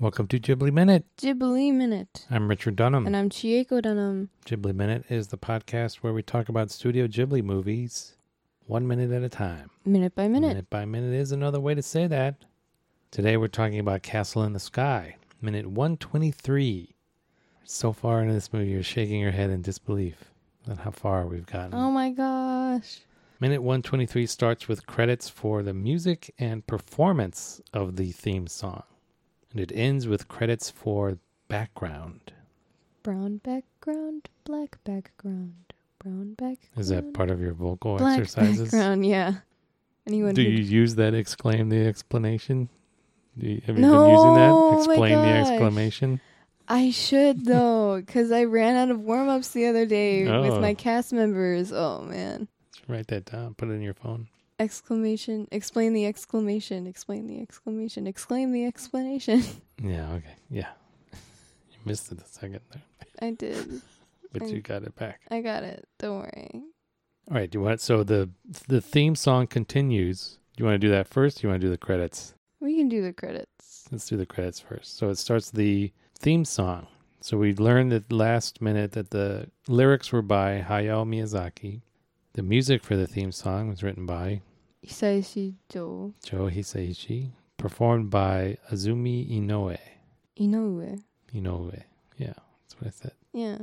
Welcome to Ghibli Minute. Ghibli Minute. I'm Richard Dunham. And I'm Chieko Dunham. Ghibli Minute is the podcast where we talk about Studio Ghibli movies one minute at a time. Minute by minute. Minute by minute is another way to say that. Today we're talking about Castle in the Sky, minute 123. So far in this movie, you're shaking your head in disbelief at how far we've gotten. Oh my gosh. Minute 123 starts with credits for the music and performance of the theme song. And it ends with credits for background. Brown background, black background, brown background. Is that part of your vocal black exercises? background? Yeah. Anyone? Do who- you use that exclaim the explanation? Do you, have you been using No, oh my that? Explain the gosh. exclamation. I should though, because I ran out of warm ups the other day Oh. with my cast members. Oh man! Just write that down. Put it in your phone. Exclamation! Explain the exclamation! Explain the exclamation! Exclaim the explanation! Yeah. Okay. Yeah. you missed it a second there, I did. but Thank- you got it back. I got it. Don't worry. All right. Do you want? So the the theme song continues. Do you want to do that first? Or you want to do the credits? We can do the credits. Let's do the credits first. So it starts the theme song. So we learned at last minute that the lyrics were by Hayao Miyazaki. The music for the theme song was written by Isaishi Jo Joe Hisaishi, performed by Azumi Inoue. Inoue. Inoue. Yeah, that's what I said. Yeah.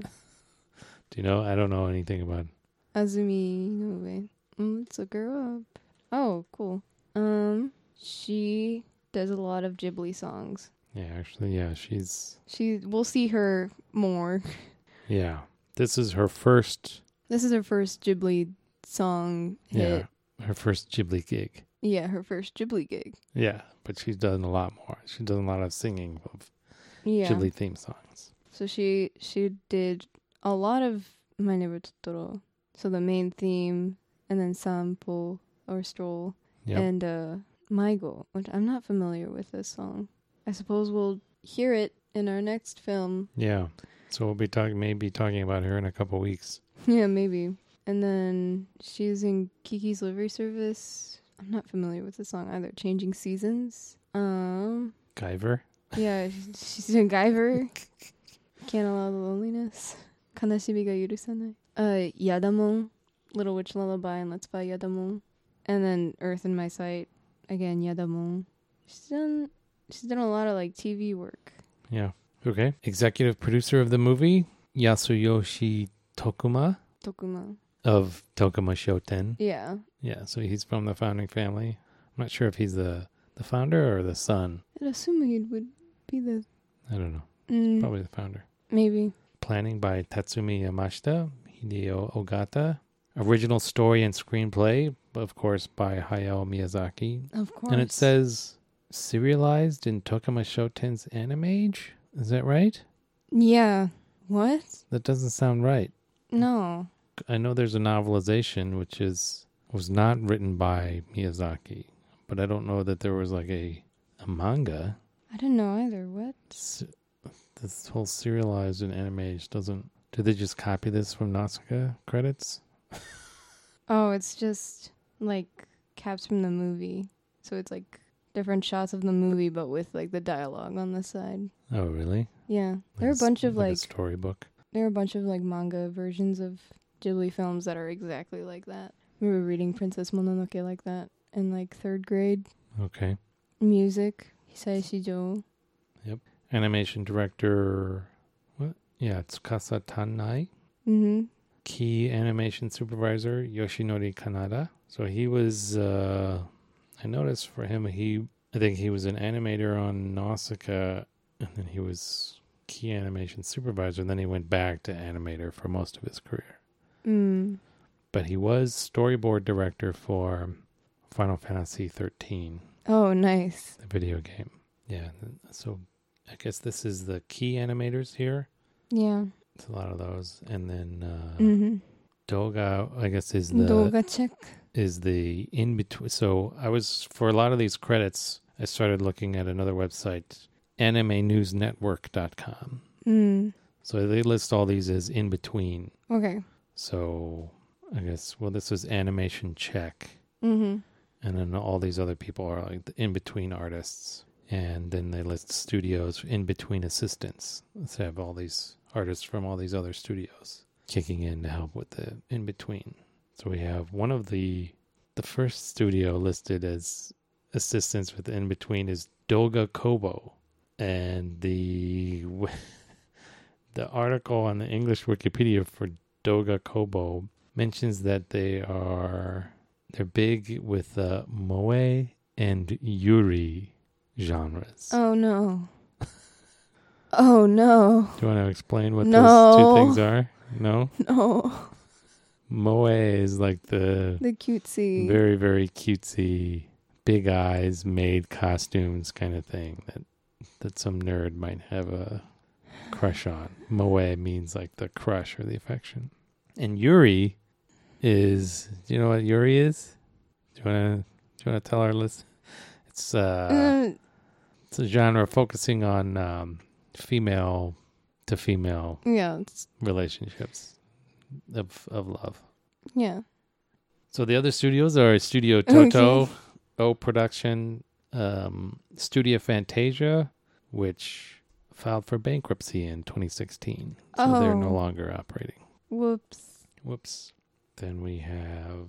Do you know? I don't know anything about Azumi Inoue. Mm, Let's look her up. Oh, cool. Um, she does a lot of Ghibli songs. Yeah, actually, yeah, she's. She, we'll see her more. Yeah. This is her first. This is her first Ghibli song Yeah. hit. Her first Ghibli gig. Yeah, her first Ghibli gig. Yeah, but she's done a lot more. She's done a lot of singing of Yeah. Ghibli theme songs. So she she did a lot of My Neighbor Totoro. So the main theme, and then Sampo or Stroll, Yep. and uh, Michael, which I'm not familiar with this song. I suppose we'll hear it in our next film. Yeah. So we'll be talking, maybe talking about her in a couple weeks. yeah, maybe. And then she's in Kiki's Livery Service. I'm not familiar with the song either. Changing Seasons. Um, Guyver. yeah, she's in Guyver. Can't allow the loneliness. Kanashibi ga yurusanai. Uh, Yadamon, Little Witch Lullaby, and Let's Buy Yadamon. And then Earth in My Sight, again Yadamon. She's done. She's done a lot of like TV work. Yeah. Okay. Executive producer of the movie, Yasuyoshi Tokuma Tokuma. of Tokuma Shoten. Yeah, Yeah. So he's from the founding family. I'm not sure if he's the, the founder or the son. I'd assume he would be the I don't know. mm, Probably the founder. maybe. Planning by Tatsumi Yamashita, Hideo Ogata. Original story and screenplay, of course, by Hayao Miyazaki, Of course. And it says serialized in Tokuma Shoten's Animage. Is that right? Yeah. What? That doesn't sound right. No. I know there's a novelization which is was not written by Miyazaki, but I don't know that there was like a a manga. I didn't know either. What? S- This whole serialized and animage doesn't. Did they just copy this from Nausicaa credits? Oh, it's just like caps from the movie. So it's like different shots of the movie, but with like the dialogue on the side. Oh, really? Yeah, there are s- a bunch of a like storybook. there are a bunch of like manga versions of Ghibli films that are exactly like that. We were reading Princess Mononoke like that in like third grade. Okay. Music Hisaishi Jo. Animation director. What? Yeah, Tsukasa Tanai. Mm-hmm. key animation supervisor Yoshinori Kanada. So he was uh I noticed for him he I think he was an animator on Nausicaa and then he was key animation supervisor and then he went back to animator for most of his career. Mm. But he was storyboard director for Final Fantasy 13, Oh, nice. the video game. Yeah, so I guess this is the key animators here. Yeah. It's a lot of those and then uh Mm-hmm. Doga I guess is the Doga check. is the in between. So I was for a lot of these credits, I started looking at another website, animenewsnetwork.com. Mm. So they list all these as in between. Okay. So I guess well, this was animation check, Mm-hmm. and then all these other people are like the in between artists. and then they list studios in between assistants. Let's have all these artists from all these other studios kicking in to help with the in between. So we have one of the the first studio listed as assistants with in between is Doga Kobo, and the w- the article on the English Wikipedia for Doga Kobo mentions that they are they're big with uh, moe and yuri genres. Oh no. oh no. Do you want to explain what those No. two things are? No, No. moe is like the The cutesy. very very cutesy, big eyes, made costumes kind of thing that that some nerd might have a crush on. Moe means like the crush or the affection, and yuri is. Do you know what yuri is? Do you want to? Do you want to tell our list? It's uh, Uh, it's a genre focusing on um, female to female yeah. It's, relationships of of love. yeah. So the other studios are Oh, Studio Toto, O Production, um, Studio Fantasia, which filed for bankruptcy in 2016, so they're no Oh. longer operating. Whoops. Whoops. Then we have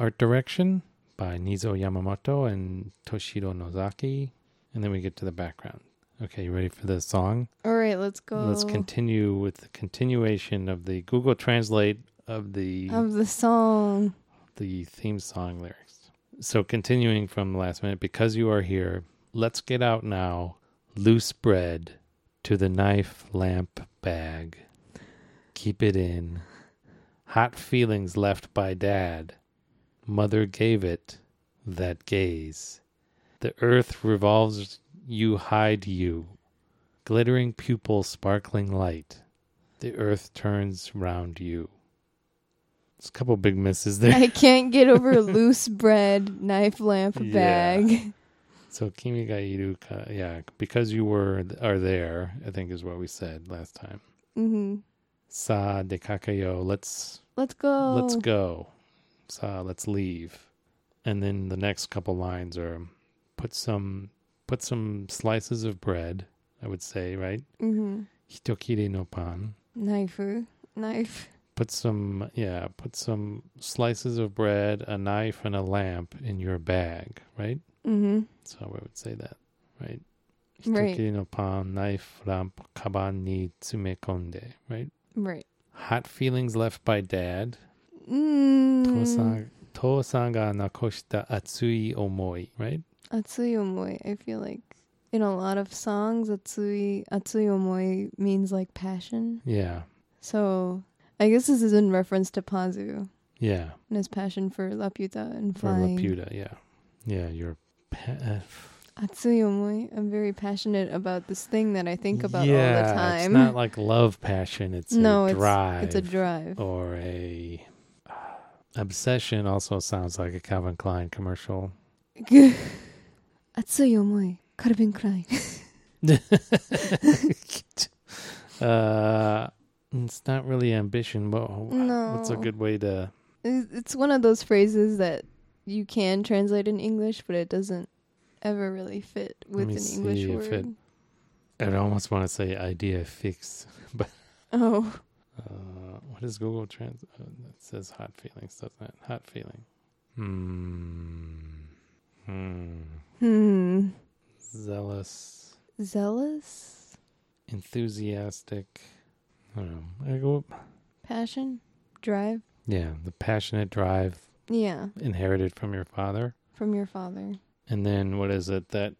art direction by Nizo Yamamoto and Toshiro Nozaki, and then we get to the background. Okay, you ready for the song? All right, let's go. Let's continue with the continuation of the Google Translate of the Of the song. the theme song lyrics. So continuing from the last minute, because you are here, let's get out now. Loose bread to the knife, lamp, bag. Keep it in. Hot feelings left by dad. Mother gave it that gaze. The earth revolves you hide you. Glittering pupil sparkling light. The earth turns round you. There's a couple big misses there. I can't get over loose bread, knife, lamp, Yeah. bag. So Kimi ga iru ka, yeah, because you were are there, I think is what we said last time. hmm Sa de kakayo, let's Let's go. let's go. Sa let's leave. And then the next couple lines are put some put some slices of bread, I would say, right? hmm Hitokiri no pan. Knifer. Knife. Put some yeah, put some slices of bread, a knife and a lamp in your bag, right? hmm So I would say that, right? Right. Hitoki no pan, knife, lamp, kaban ni tsumekonde, right? Right. Hot feelings left by dad. Mm. Tosan Tosan ga nakoshita atsui omoi, right? Atsui omoi. I feel like in a lot of songs, atsui atsui omoi means like passion. Yeah, So I guess this is in reference to Pazu yeah. and his passion for Laputa and For flying. Laputa, yeah, yeah. You're pa- uh, Atsui omoi. I'm very passionate about this thing that I think about all yeah, the time. It's not like love passion. It's No, a it's- drive. It's a drive. or a uh, obsession. Also sounds like a Calvin Klein commercial. Atsui omoi. Could have been crying. uh, it's not really ambition, but what's a No. good way to? It's it's one of those phrases that you can translate in English, but it doesn't ever really fit with me an see English if word. it- I almost want to say idea fix. Oh, Uh, what is Google Trans? Uh, it says hot feelings, doesn't it? Hot feeling. Hmm. Hmm. hmm. Zealous. Zealous? Enthusiastic. I don't know. I go. Passion? Drive? Yeah, the passionate drive Yeah, inherited from your father. from your father. And And then what is it that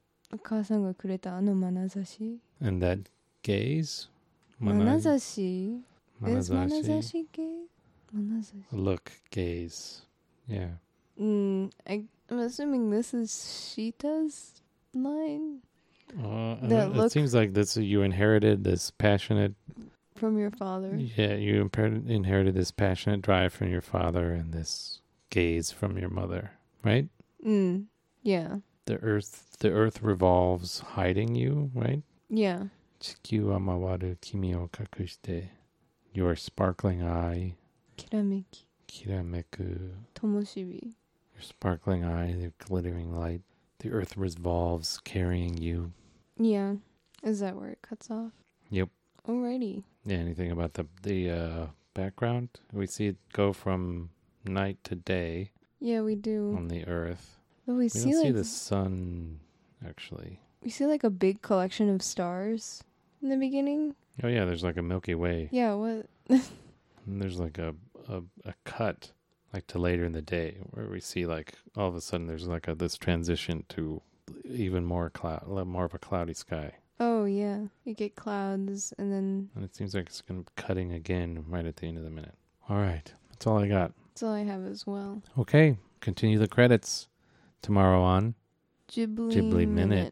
and that gaze? Manai- Manazashi. Is Manazashi. Manazashi gay? Manazashi. Look, gaze. Yeah. Mm, I, I'm assuming this is Shita's line Uh, I That don't- it look- seems like this you inherited this passionate. from your father. Yeah, you imper- inherited this passionate drive from your father and this gaze from your mother, right? Mm, yeah. The earth, the earth revolves, hiding you, right? Yeah. Chikiu amawaru kimi o kakushite, your sparkling eye, Kirameki. kirameku, Tomoshibi. your sparkling eye, the glittering light, The earth revolves, carrying you. Yeah. Is that where it cuts off? Yep. Alrighty. Yeah, anything about the the uh, background? We see it go from night to day Yeah, we do. on the earth. But we, We see don't see like the sun actually. we see like a big collection of stars in the beginning. Oh yeah, there's like a Milky Way. Yeah, what And there's like a, a a cut like to later in the day where we see like all of a sudden there's like a this transition to even more cloud more of a cloudy sky. Oh yeah. You get clouds and then And it seems like it's going to be cutting again right at the end of the minute. All right. That's all I got. that's all I have as well. Okay. Continue the credits tomorrow on Ghibli, Ghibli Minute.